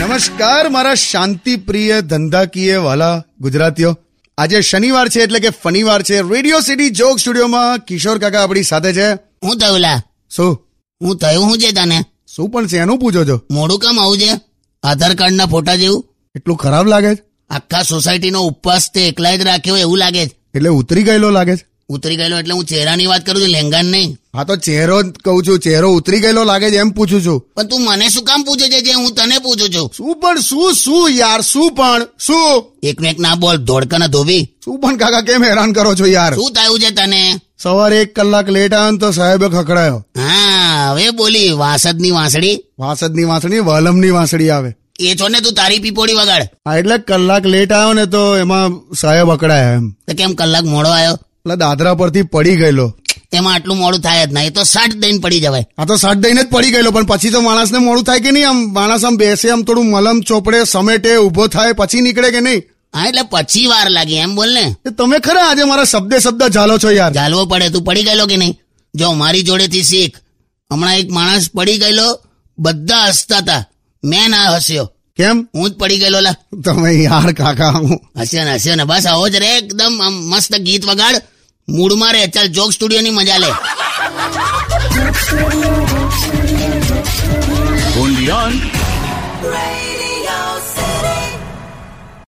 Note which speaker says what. Speaker 1: નમસ્કાર મારા શાંતિપ્રિય ધંધાકીય વાલા ગુજરાતીઓ આજે શનિવાર છે એટલે કે ફનીવાર છે રેડિયો સિટી જોક સ્ટુડિયોમાં કિશોર કાકા આપણી સાથે છે
Speaker 2: હું થયું લા
Speaker 1: શું
Speaker 2: હું થયું હું છે તને
Speaker 1: શું પણ છે એનું પૂછો છો
Speaker 2: મોડું કેમ આવું છે આધાર કાર્ડના ફોટા જેવું
Speaker 1: એટલું ખરાબ લાગે છે
Speaker 2: આખા સોસાયટીનો ઉપવાસ તે એકલા જ રાખ્યો એવું લાગે છે
Speaker 1: એટલે ઉતરી ગયેલો લાગે છે
Speaker 2: ઉતરી ગયેલો એટલે હું ચહેરાની વાત કરું છું લેંગાન નહીં
Speaker 1: હા તો ચહેરો જ કહું છું ચહેરો ઉતરી ગયેલો લાગે છે એમ પૂછું છું
Speaker 2: પણ તું મને શું કામ પૂછે છે જે હું તને પૂછું છું
Speaker 1: શું પણ શું શું યાર શું પણ શું
Speaker 2: એકને એક ના બોલ ધોળકા ના ધોબી
Speaker 1: શું પણ કાકા કેમ હેરાન કરો છો યાર
Speaker 2: શું થયું છે તને
Speaker 1: સવારે એક કલાક લેટ આવ્યો ને તો સાહેબે ખખડાયો
Speaker 2: હા હવે બોલી વાસદની વાંસળી
Speaker 1: વાસદની વાંસળી વાલમની વાંસળી આવે
Speaker 2: એ છો ને તું તારી પીપોડી વગાડ
Speaker 1: હા એટલે કલાક લેટ આવ્યો ને તો એમાં સાહેબ અકળાયા એમ
Speaker 2: તો કેમ કલાક મોડો આવ્યો
Speaker 1: એટલે દાદરા પરથી પડી ગયેલો
Speaker 2: એમાં આટલું મોડું થાય જ ના એ તો સાઠ દઈને પડી જવાય
Speaker 1: આ તો સાટ દઈને જ પડી ગયેલો પણ પછી તો માણસને મોડું થાય કે નહીં આમ માણસ આમ બેસે આમ થોડું મલમ ચોપડે સમેટે ઉભો થાય પછી નીકળે કે નહીં
Speaker 2: હા એટલે પછી વાર લાગે એમ બોલ ને
Speaker 1: એ તમે ખરા આજે મારા શબ્દે શબ્દ ઝાલો છો યાર
Speaker 2: ચાલવો પડે તું પડી ગયેલો કે નહીં જો મારી જોડેથી શીખ હમણાં એક માણસ પડી ગયેલો બધા હસતા હતા મેં ના હસ્યો
Speaker 1: કેમ
Speaker 2: હું જ પડી ગયેલો લા
Speaker 1: તમે યાર કાકા હું
Speaker 2: હસ્યો ને હસ્યો ને બસ આવો જ રે એકદમ આમ મસ્ત ગીત વગાડ મૂડમાં રે ચાલ જોક સ્ટુડિયોની મજા લે
Speaker 3: Undian.